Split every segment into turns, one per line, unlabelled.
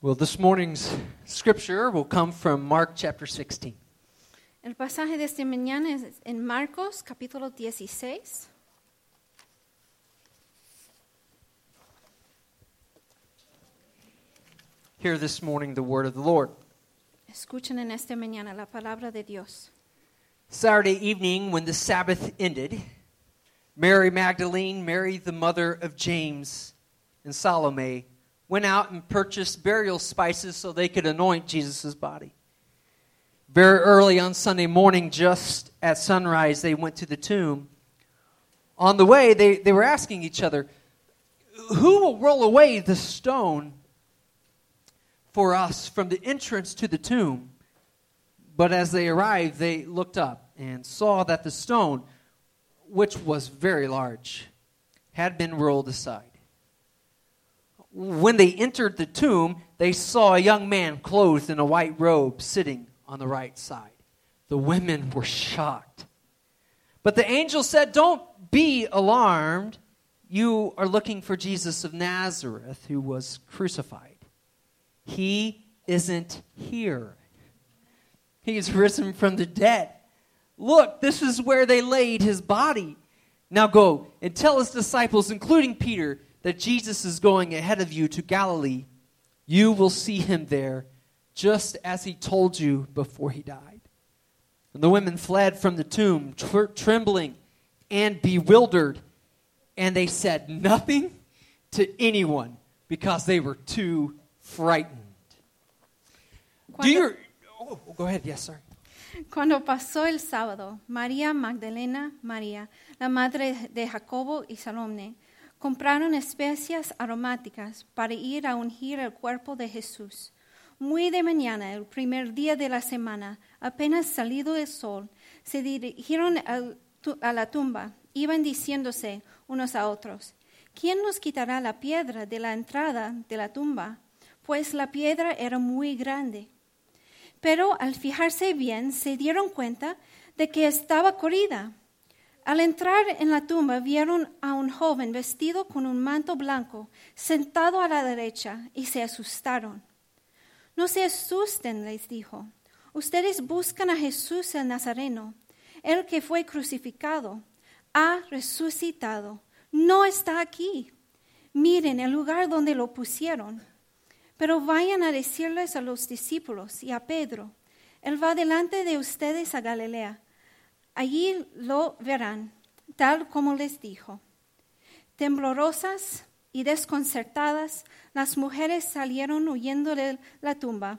Well, this morning's scripture will come from Mark chapter 16.
El pasaje de esta mañana es en Marcos capítulo 16.
Hear this morning the word of the Lord.
Escuchen en esta mañana la palabra de Dios.
Saturday evening, when the Sabbath ended, Mary Magdalene, Mary the mother of James, and Salome went out and purchased burial spices so they could anoint Jesus' body. Very early on Sunday morning, just at sunrise, they went to the tomb. On the way, they, they were asking each other, Who will roll away the stone for us from the entrance to the tomb? But as they arrived, they looked up and saw that the stone, which was very large, had been rolled aside. When they entered the tomb, they saw a young man clothed in a white robe sitting on the right side. The women were shocked. But the angel said, Don't be alarmed. You are looking for Jesus of Nazareth who was crucified. He isn't here. He is risen from the dead. Look, this is where they laid his body. Now go and tell his disciples, including Peter, that Jesus is going ahead of you to Galilee. You will see him there, just as he told you before he died. And the women fled from the tomb, tr- trembling and bewildered, and they said nothing to anyone because they were too frightened. Do
Cuando-
you. Oh, go ahead. Yes, sorry.
Cuando pasó el sábado, María Magdalena, María, la madre de Jacobo y Salomé, compraron especias aromáticas para ir a ungir el cuerpo de Jesús. Muy de mañana, el primer día de la semana, apenas salido el sol, se dirigieron al tu- a la tumba. Iban diciéndose unos a otros, ¿quién nos quitará la piedra de la entrada de la tumba? Pues la piedra era muy grande. Pero al fijarse bien se dieron cuenta de que estaba corrida. Al entrar en la tumba vieron a un joven vestido con un manto blanco sentado a la derecha y se asustaron. No se asusten, les dijo. Ustedes buscan a Jesús el Nazareno, el que fue crucificado, ha resucitado, no está aquí. Miren el lugar donde lo pusieron. Pero vayan a decirles a los discípulos y a Pedro, Él va delante de ustedes a Galilea. Allí lo verán, tal como les dijo. Temblorosas y desconcertadas, las mujeres salieron huyendo de la tumba.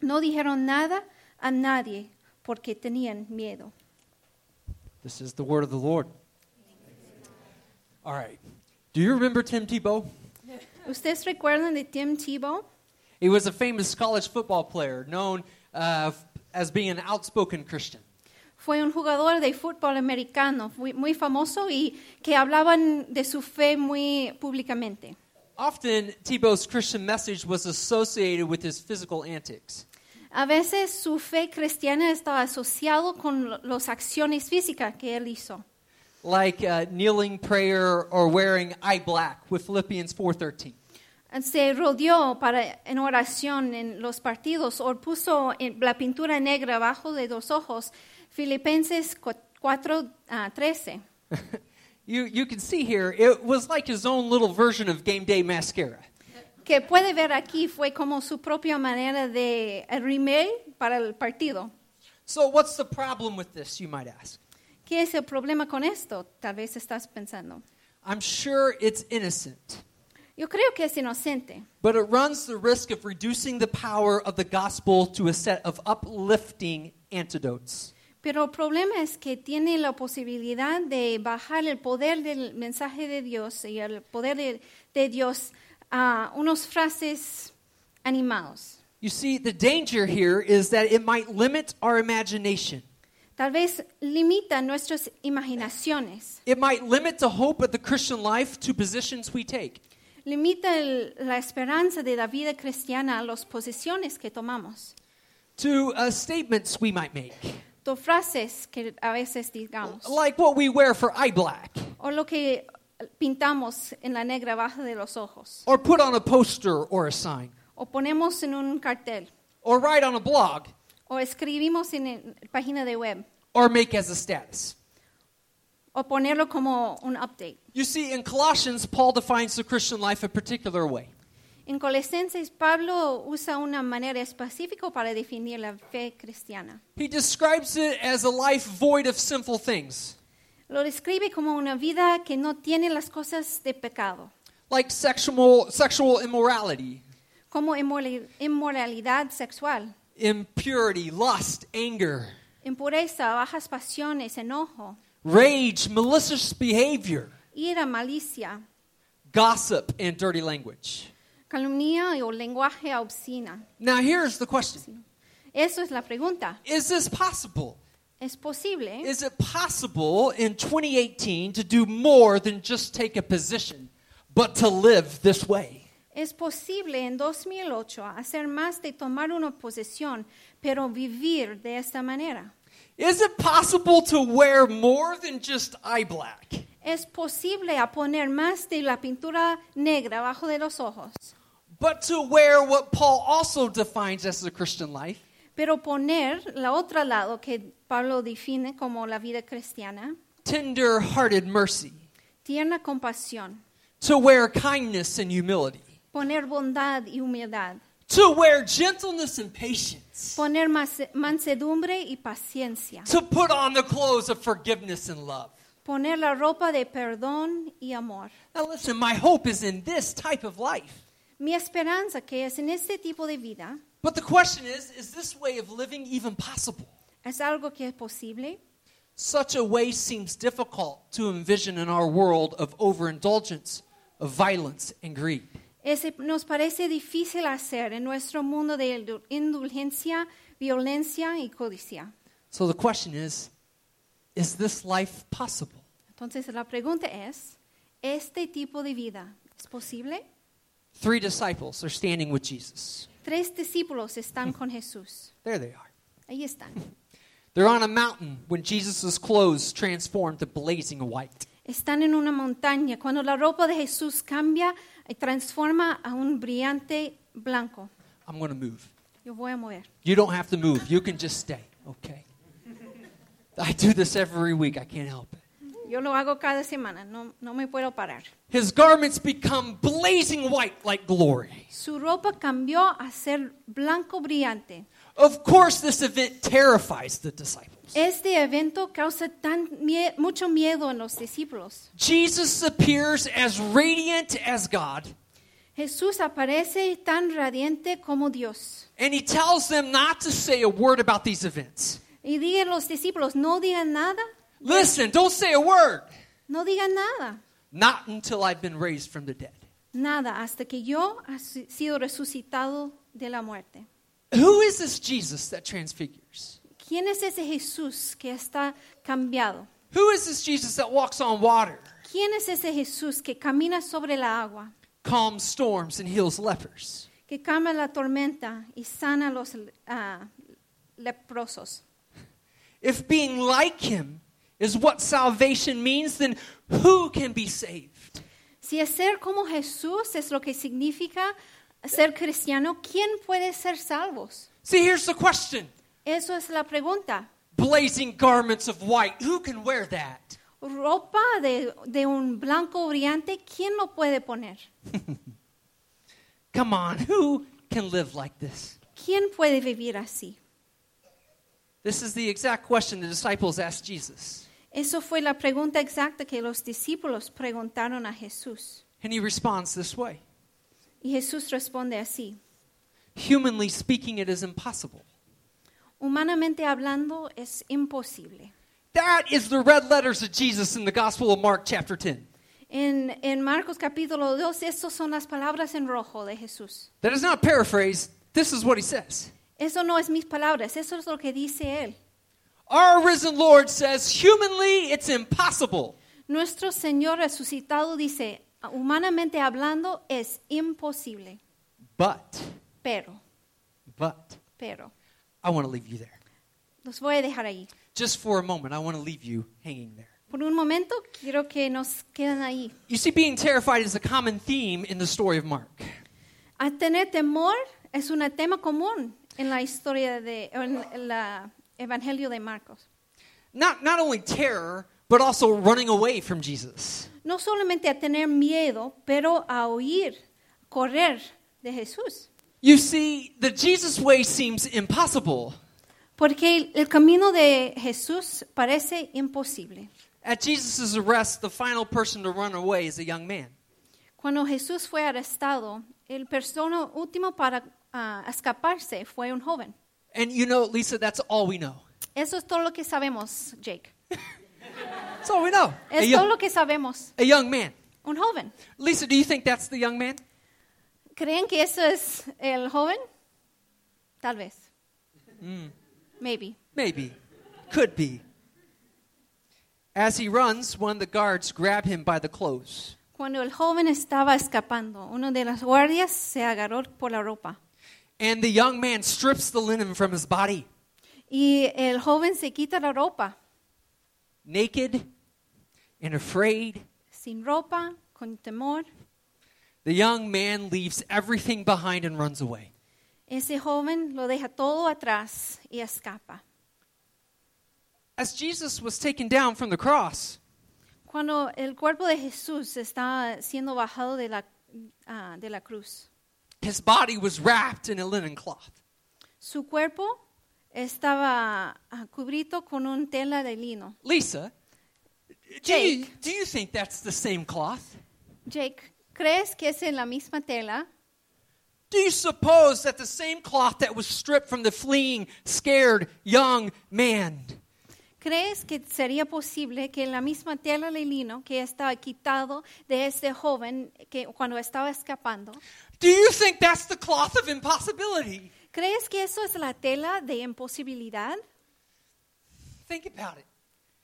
No dijeron nada a nadie porque tenían miedo.
This is the word of the Lord. All right. Do you remember Tim Tebow?
¿Ustedes recuerdan de Tim Tebow?
He was a famous college football player known uh, f- as being an outspoken Christian.
Fue un jugador de fútbol americano muy, muy famoso y que hablaban de su fe muy públicamente.
Often, Tebow's Christian message was associated with his physical antics.
A veces su fe cristiana estaba asociado con lo- las acciones físicas que él hizo,
Like uh, kneeling prayer or wearing eye black with Philippians 4:13.
se rodeó para, en oración en los partidos o puso en- la pintura negra abajo de los ojos, Filipenses ah, 4.13.
You you can see here it was like his own little version of game day mascara.
que puede ver aquí fue como su propia manera de rimel para el partido.
So what's the problem with this, you might ask?
¿Qué es el problema con esto? Tal vez estás pensando.
I'm sure it's innocent.
Yo creo que es inocente.
But it runs the risk of reducing the power of the gospel to a set of uplifting antidotes.
Pero el problema es que tiene la posibilidad de bajar el poder del mensaje de Dios y el poder de, de Dios a unos frases animados.
You see, the danger here is that it might limit our imagination.
Tal vez limita nuestras imaginaciones,
It might limit the hope of the Christian life to positions we take.
limita el- la esperanza de la vida cristiana a las posiciones que tomamos,
To uh, statements we might make,
o frases que a veces digamos,
like what we wear for eye black,
o lo que pintamos en la negra baja de los ojos,
or put on a poster or a sign.
o ponemos en un cartel,
or write on a blog,
o escribimos en el- página de web,
or make as a status.
o ponerlo como un update.
You see, in Colossians, Paul defines the Christian life a particular way.
En Colosenses, Pablo usa una manera específica para definir la fe cristiana.
He describes it as a life void of sinful things,
Lo describe como una vida que no tiene las cosas de pecado,
like sexual, sexual immorality,
como inmorali- inmoralidad sexual,
impurity, lust, anger,
impureza, bajas pasiones, enojo,
rage, malicious behavior,
ira, malicia,
gossip, and dirty language.
calumnia y- o lenguaje obscena.
Now, here's the question
Eso es la pregunta.
Is this possible?
¿Es posible?
Is it possible in 2018 to do more than just take a position, but to live this way?
Es posible en 2008 hacer más de tomar una posesión, pero vivir de esta manera.
Is it possible to wear more than just eye black?
Es posible a poner más de la pintura negra bajo de los ojos,
But to wear what Paul also defines as the Christian life
pero poner la otra lado que Pablo define como la vida cristiana,
tender hearted mercy,
tierna compasión,
to wear kindness and humility,
poner bondad y humildad,
to wear gentleness and patience,
poner mas- mansedumbre y paciencia,
to put on the clothes of forgiveness and love.
poner la ropa de perdón y amor.
Now, listen, my hope is in this type of life.
Mi esperanza que es en este tipo de vida
But the question is is this way of living even possible?
es algo que es posible.
Such a way seems difficult to envision in our world of overindulgence, of violence, and greed.
Ese nos parece difícil hacer en nuestro mundo de indu- indulgencia, violencia y codicia.
So the question is is this life possible?
Entonces la pregunta es, ¿este tipo de vida es posible?
Three disciples are standing with Jesus.
Tres discípulos están con Jesús.
There they are.
Ahí están.
They're on a mountain when Jesus' clothes transform to blazing white.
Están en una montaña cuando la ropa de Jesús cambia y transforma a un brillante blanco.
I'm going to move.
Yo voy a mover.
You don't have to move. You can just stay, okay? I do this every week. I can't help it.
Yo lo hago cada semana, no, no me puedo parar.
His garments become blazing white like glory.
Su ropa cambió a ser blanco brillante.
Of course, this event terrifies the disciples.
Este evento causa tan mie- mucho miedo en los discípulos.
Jesus appears as radiant as God,
Jesús aparece tan radiante como Dios.
and he tells them not to say a word about these events.
Y digan los discípulos, no digan nada,
Listen, don't say a word.
no digan nada,
Not until I've been raised from the dead.
nada, hasta que yo ha si- sido resucitado de la muerte.
Who is this Jesus that transfigures?
¿Quién es ese Jesús que está cambiado?
Who is this Jesus that walks on water,
¿Quién es ese Jesús que camina sobre la agua,
calms storms, and heals lepers?
que calma la tormenta y sana a los ah, leprosos?
If being like him is what salvation means, then who can be saved?
Si es ser como Jesús es lo que significa ser cristiano, ¿quién puede ser salvos?
See, here's the question
Eso es la pregunta.
blazing garments of white, who can wear that?
Ropa de, de un blanco brillante, ¿quién lo puede poner?
Come on, who can live like this?
¿Quién puede vivir así?
This is the exact question the disciples asked Jesus,
Eso fue la pregunta exacta que los discípulos preguntaron a Jesús.
and he responds this way
Y Jesús responde así.
Humanly speaking, it is impossible.
Humanamente hablando es imposible.
That is the red letters of Jesus in the Gospel of Mark, chapter 10.
En, en Marcos capítulo 2, estas son las palabras en rojo de Jesús.
That is not paraphrased. This is what he says.
Eso no es mis palabras, eso es lo que dice él.
Our risen Lord says, humanly, it's impossible.
Nuestro Señor resucitado dice, humanamente hablando es imposible,
But,
pero,
but,
pero,
I want to leave you there.
los voy a dejar ahí.
Just for a moment, I want to leave you hanging there.
Por un momento quiero que nos queden ahí.
You see, being terrified is a common theme in the story of Mark.
A tener temor es un tema común en la historia de en el Evangelio de Marcos.
Not, not only terror, but also running away from Jesus.
No solamente a tener miedo, pero a huir, correr de Jesús.
You see, the Jesus way seems impossible.
Porque el- el camino de Jesús parece imposible.
At Jesus' arrest, the final person to run away is a young man.
Cuando Jesús fue arrestado, el persona último para ah, escaparse fue un joven.
And you know, Lisa, that's all we know.
Eso es todo lo que sabemos, Jake.
That's all we know. A,
Es
yo-
todo lo que sabemos.
a young man.
Un joven.
Lisa, do you think that's the young man?
¿Creen que eso es el joven? Tal vez. Maybe.
Maybe. Could be. As he runs, one of the guards grab him by the clothes.
Cuando el joven estaba escapando, uno de los guardias se agarró por la ropa
And the young man strips the linen from his body.
y el joven se quita la ropa,
Naked and afraid,
sin ropa, con temor.
the young man leaves everything behind and runs away.
Ese joven lo deja todo atrás y escapa.
As Jesus was taken down from the cross,
Cuando el cuerpo de Jesús está siendo bajado de la, ah, de la cruz,
his body was wrapped in a linen cloth.
su cuerpo estaba ah, cubierto con una tela de lino.
Lisa, do you,
Jake.
do you think that's the same cloth?
Jake, ¿crees que es en la misma tela?
Do you suppose that the same cloth that was stripped from the fleeing, scared young man
¿Crees que sería posible que la misma tela de lino que estaba quitado de este joven que cuando estaba escapando,
Do you think that's the cloth of impossibility?
¿crees que eso es la tela de imposibilidad?
Think about it.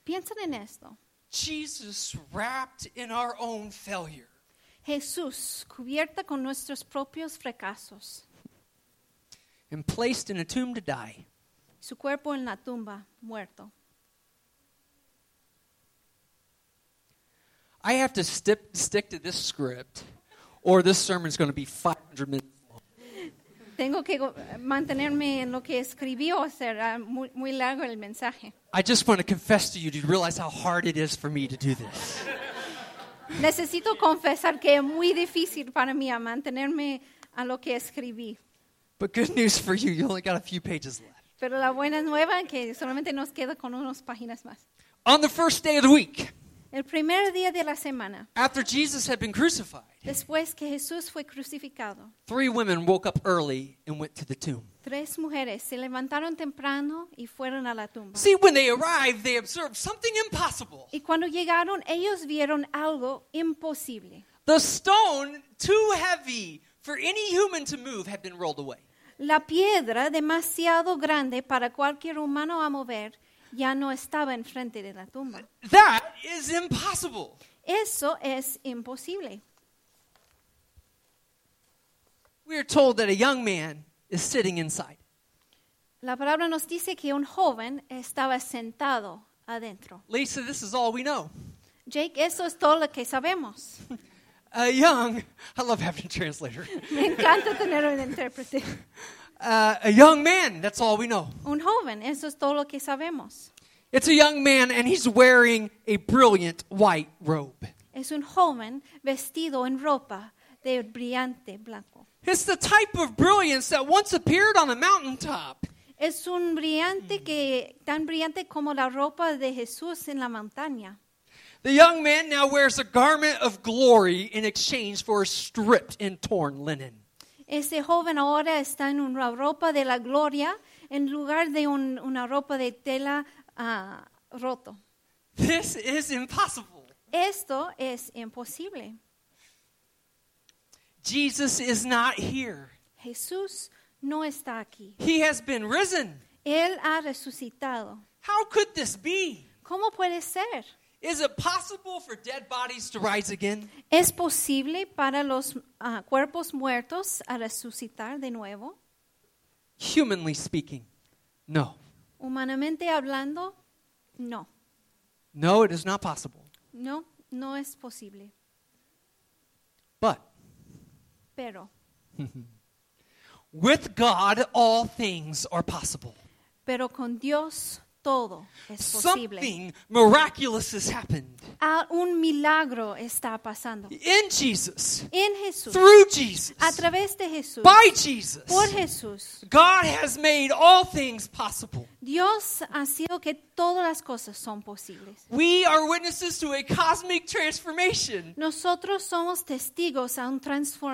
Piensen en esto.
Jesus wrapped in our own failure.
Jesús, cubierta con nuestros propios fracasos,
And placed in a tomb to die.
su cuerpo en la tumba, muerto.
I have to stip, stick to this script, or this sermon's going to be 500 minutes long.
Tengo que go- mantenerme en lo que escribí o será muy, muy largo el mensaje.
I just want to confess to you to realize how hard it is for me to do this.
Necesito confesar que es muy difícil para mí a mantenerme a lo que escribí.
But good news for you, you only got a few pages left.
Pero la buena nueva es que solamente nos queda con unas páginas más.
On the first day of the week,
El primer día de la semana,
after Jesus had been crucified,
después que Jesús fue crucificado,
three women woke up early and went to the tomb.
tres mujeres se levantaron temprano y fueron a la tumba.
See, when they arrived, they observed something impossible.
Y cuando llegaron, ellos vieron algo imposible.
The stone, too heavy for any human to move, had been rolled away.
La piedra, demasiado grande para cualquier humano a mover, ya no estaba enfrente de la tumba.
That is impossible.
Eso es imposible.
We are told that a young man is sitting inside.
La palabra nos dice que un joven estaba sentado adentro.
Lisa, this is all we know.
Jake, eso es todo lo que sabemos.
A young, I love having a translator.
Me encanta tener un intérprete.
Uh, a young man, that's all we know.
Un joven, eso es todo lo que sabemos.
It's a young man, and he's wearing a brilliant white robe.
Es un joven vestido en ropa de brillante blanco.
It's the type of brilliance that once appeared on a mountaintop.
Es un brillante que tan brillante como la ropa de Jesús en la montaña.
The young man now wears a garment of glory in exchange for a stripped and torn linen.
Ese joven ahora está en una ropa de la gloria en lugar de un- una ropa de tela ah, roto.
This is impossible.
Esto es imposible.
Jesus is not here.
Jesús no está aquí.
He has been risen.
Él ha resucitado.
How could this be?
¿Cómo puede ser?
Is it possible for dead bodies to rise again?
¿Es posible para los ah, cuerpos muertos a resucitar de nuevo?
Humanly speaking, no.
Humanamente hablando, no,
No, it is not possible.
no, no es posible.
But
Pero
With God, all things are possible.
Pero con Dios todo es posible.
Something miraculous has happened
Ah, un milagro está pasando.
in Jesus,
En Jesús,
through Jesus,
a través de Jesús,
by Jesus.
por Jesús,
God has made all things possible.
Dios ha sido que todas las cosas son posibles.
We are witnesses to a cosmic transformation.
Nosotros somos testigos a una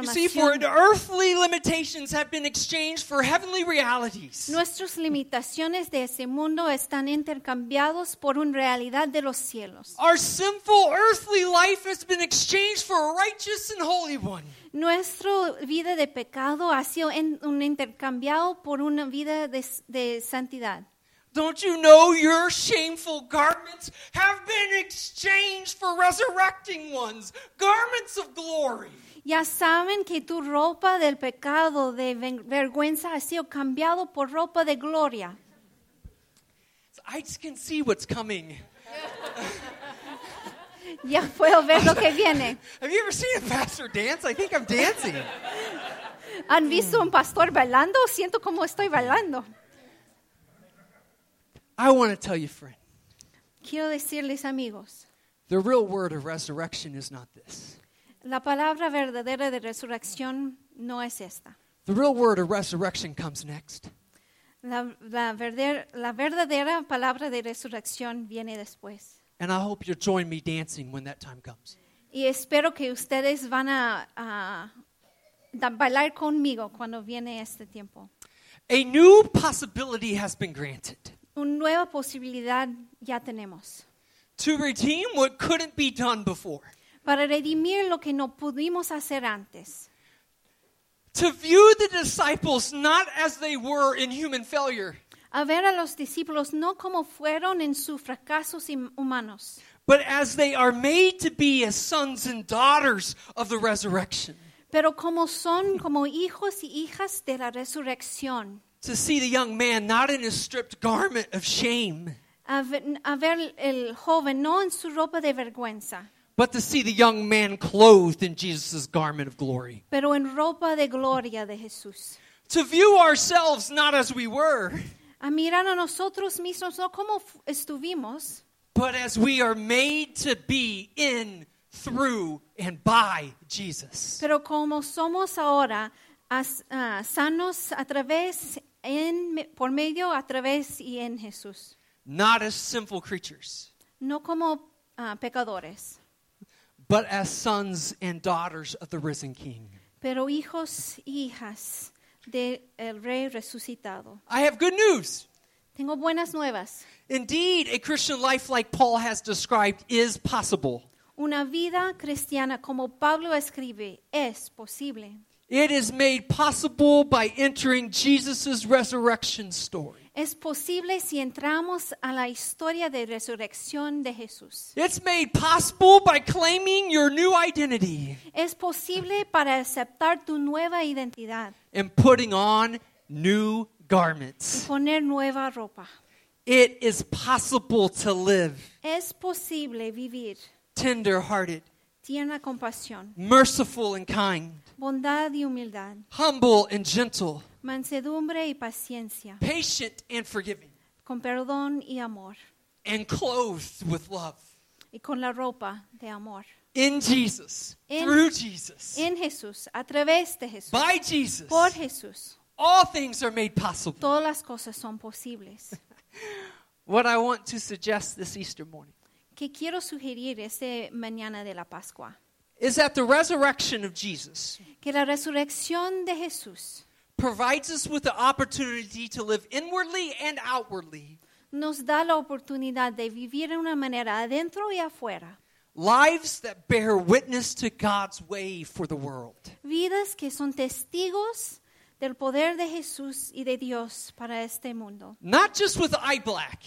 You see, for
transformación.
earthly limitations have been exchanged for heavenly realities.
Nuestras limitaciones de ese mundo están intercambiados por una realidad de los cielos.
Our sinful earthly life has been exchanged for a righteous and holy one.
Nuestra vida de pecado ha sido en- un intercambiado por una vida de, de santidad.
Don't you know your shameful garments have been exchanged for resurrecting ones, garments of glory?
Ya saben que tu ropa del pecado, de ven- vergüenza, ha sido cambiado por ropa de gloria.
I just can see what's coming.
Ya puedo ver lo que viene.
Have you ever seen a pastor dance? I think I'm dancing.
¿Han visto un pastor bailando? Siento como estoy bailando.
I want to tell you, friend,
Quiero decirles, amigos,
the real word of resurrection is not this.
la palabra verdadera de resurrección no es esta.
The real word of resurrection comes next.
La, la verder- la verdadera palabra de resurrección viene después.
And I hope you'll join me dancing when that time comes.
Y espero que ustedes van a, a da- bailar conmigo cuando viene este tiempo.
A new possibility has been granted
Una nueva posibilidad ya tenemos
to redeem what couldn't be done before,
para redimir lo que no pudimos hacer antes.
to view the disciples not as they were in human failure,
A ver a los discípulos no como fueron en sus fracasos hum- humanos,
but as they are made to be as sons and daughters of the resurrection.
pero como son como hijos y hijas de la resurrección.
To see the young man not in his stripped garment of shame,
A ver, a ver el joven no en su ropa de vergüenza,
but to see the young man clothed in Jesus' garment of glory.
pero en ropa de gloria de Jesús.
To view ourselves not as we were,
A mirar a nosotros mismos no como fu- estuvimos,
but as we are made to be in, through, and by Jesus.
pero como somos ahora as- ah, sanos a través, en, me- por medio, a través y en Jesús,
Not as sinful creatures,
no como ah, pecadores.
but as sons and daughters of the risen King.
pero hijos e hijas del Rey resucitado.
I have good news.
Tengo buenas nuevas.
Indeed, a Christian life like Paul has described is possible.
Una vida cristiana, como Pablo escribe, es posible.
It is made possible by entering Jesus' resurrection story.
Es posible si entramos a la historia de resurrección de Jesús.
It's made possible by claiming your new identity
Es posible para aceptar tu nueva identidad
and putting on new
y
garments.
poner nueva ropa.
It is possible to live
Es posible vivir
tender hearted,
tierna compasión,
merciful and kind,
bondad y humildad,
humble and gentle,
mansedumbre y paciencia,
patient and forgiving,
con perdón y amor.
and clothed with love.
y con la ropa de amor.
In Jesus,
In-
through Jesus,
En Jesús, a través de Jesús,
by Jesus,
por Jesús,
all things are made possible.
todas las cosas son posibles.
What I want to suggest this Easter morning
¿Qué quiero sugerir este mañana de la Pascua?
is that the resurrection of Jesus
Que la resurrección de Jesús
provides us with the opportunity to live inwardly and outwardly
nos da la oportunidad de vivir de una manera adentro y afuera.
lives that bear witness to God's way for the world.
Vidas que son testigos del poder de Jesús y de Dios para este mundo.
not just with eye black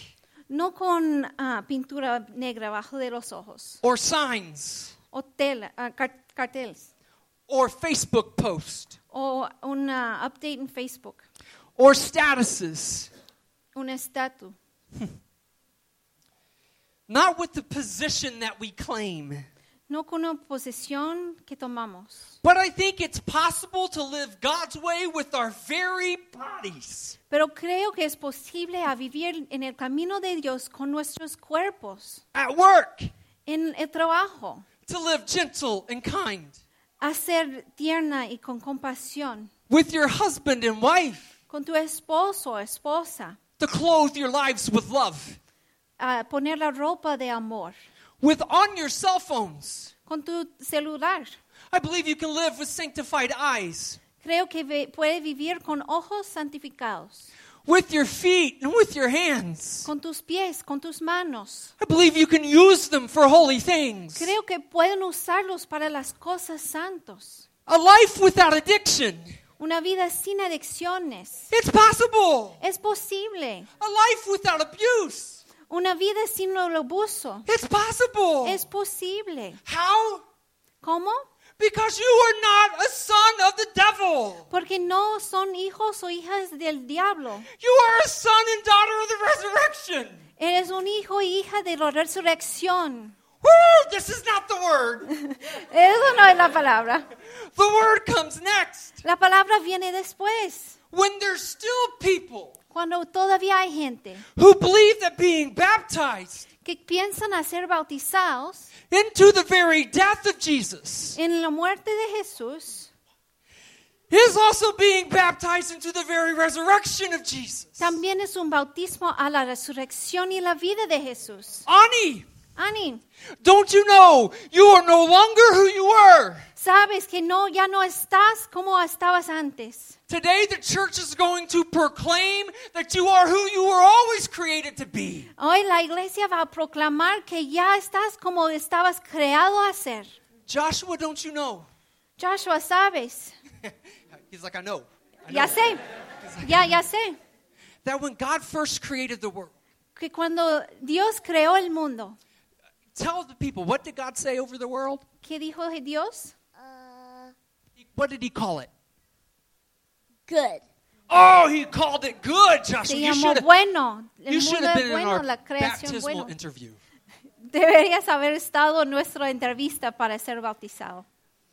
No con ah, pintura negra bajo de los ojos
or signs
o tela- ah, car- carteles.
or Facebook post
o una update en Facebook,
or statuses,
una estatua,
not with the position that we claim,
no con una posesión que tomamos.
But I think it's possible to live God's way with our very bodies.
Pero creo que es posible a vivir en el camino de Dios con nuestros cuerpos,
At work,
en el trabajo,
to live gentle and kind.
a ser tierna y con compasión,
With your husband and wife,
con tu esposo o esposa,
to clothe your lives with love.
a poner la ropa de amor,
With on your cell phones.
con tu celular.
I believe you can live with sanctified eyes.
Creo que ve- puede vivir con ojos santificados,
With your feet and with your hands.
con tus pies, con tus manos.
I believe you can use them for holy things.
Creo que pueden usarlos para las cosas santos.
A life without addiction.
Una vida sin adicciones.
It's possible.
Es posible.
A life without abuse.
Una vida sin el abuso.
It's possible.
Es posible.
How?
¿Cómo?
Because you are not a son of the devil.
Porque no son hijos o hijas del diablo.
You are a son and daughter of the resurrection.
Eres un hijo e hija de la resurrección.
Woo! This is not the word.
Eso no es la palabra.
The word comes next.
La palabra viene después,
When there's still people
cuando todavía hay gente
who believe that being baptized
que piensan a ser bautizados
into the very death of Jesus
en la muerte de Jesús,
is also being baptized into the very resurrection of Jesus.
también es un bautismo a la resurrección y la vida de Jesús.
Ani,
Ani,
don't you know you are no longer who you were?
sabes que no, ya no estás como estabas antes.
Today, the church is going to proclaim that you are who you were always created to be.
Hoy la iglesia va a proclamar que ya estás como estabas creado a ser.
Joshua, don't you know?
Joshua, sabes,
He's like, I know. I know.
ya sé, ya, ya sé,
That when God first created the world,
que cuando Dios creó el mundo,
tell the people, what did God say over the world?
¿qué dijo Dios?
What did he call it?
Good.
Oh, he called it good, Joshua.
Se
You
llamó
should have-
bueno.
you
El
should
mundo
have
es
been in
bueno,
our
la creación
baptismal
bueno.
interview.
Deberías haber estado en nuestra entrevista para ser bautizado.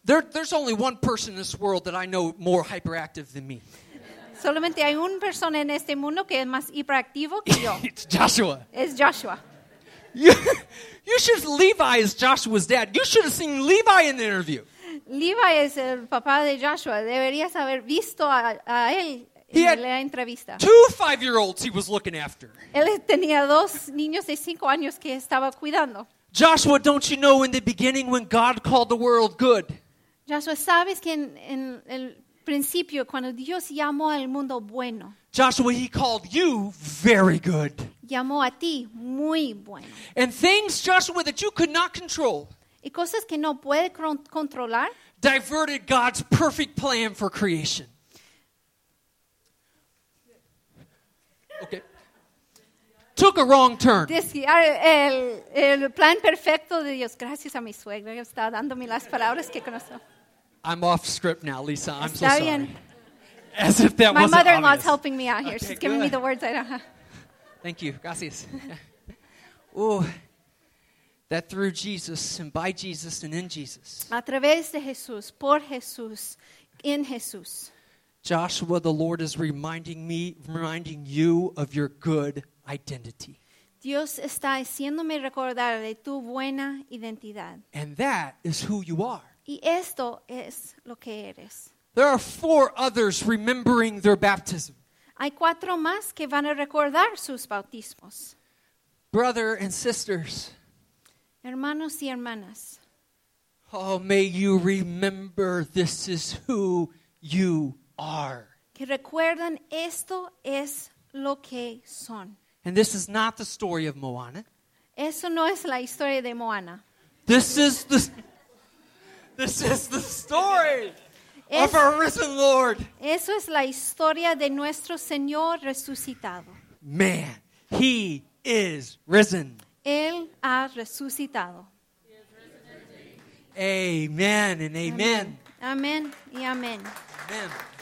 There, there's only one person in this world that I know more hyperactive than me.
Solamente hay una persona en este mundo que es más hiperactivo que yo.
it's Joshua.
es Joshua.
You, you should Levi is Joshua's dad. You should have seen Levi in the interview.
Levi es el papá de Joshua. Deberías haber visto a, a él
He had
en la entrevista.
Two five-year-olds he was looking after.
Él tenía dos niños de cinco años que estaba cuidando.
Joshua, don't you know in the beginning when God called the world good,
Joshua, sabes que en, en el principio, cuando Dios llamó al mundo bueno,
Joshua, he called you very good.
llamó a ti muy bueno.
And things, Joshua, that you could not control
y cosas que no puede cron- controlar
diverted God's perfect plan for creation. Okay. Took a wrong turn.
desviar el, el plan perfecto de Dios. Gracias a mi suegra que está dándome las palabras que conozco.
I'm off script now, Lisa. I'm so
Está
sorry.
bien.
As if that
My
wasn't
mother-in-law is
obvious.
helping me out here.
Okay,
She's giving me
good.
the words I don't have.
Thank you. Gracias. Ooh. That through Jesus and by Jesus and in Jesus,
A través de Jesús, por Jesús, en Jesús.
Joshua, the Lord is reminding me, reminding you of your good identity.
Dios está haciéndome recordar de tu buena identidad.
And that is who you are.
Y esto es lo que eres.
There are four others remembering their baptism.
Hay cuatro más que van a recordar sus bautismos.
Brother and sisters,
Hermanos y hermanas,
oh, may you remember this is who you are.
que recuerdan esto es lo que son.
And this is not the story of Moana.
Eso no es la historia de Moana.
This is the, this is the story
Es-
of our risen Lord.
eso es la historia de nuestro Señor resucitado.
Man, he is risen.
Él ha resucitado.
Amen and amen.
Amén y amén.
Amen.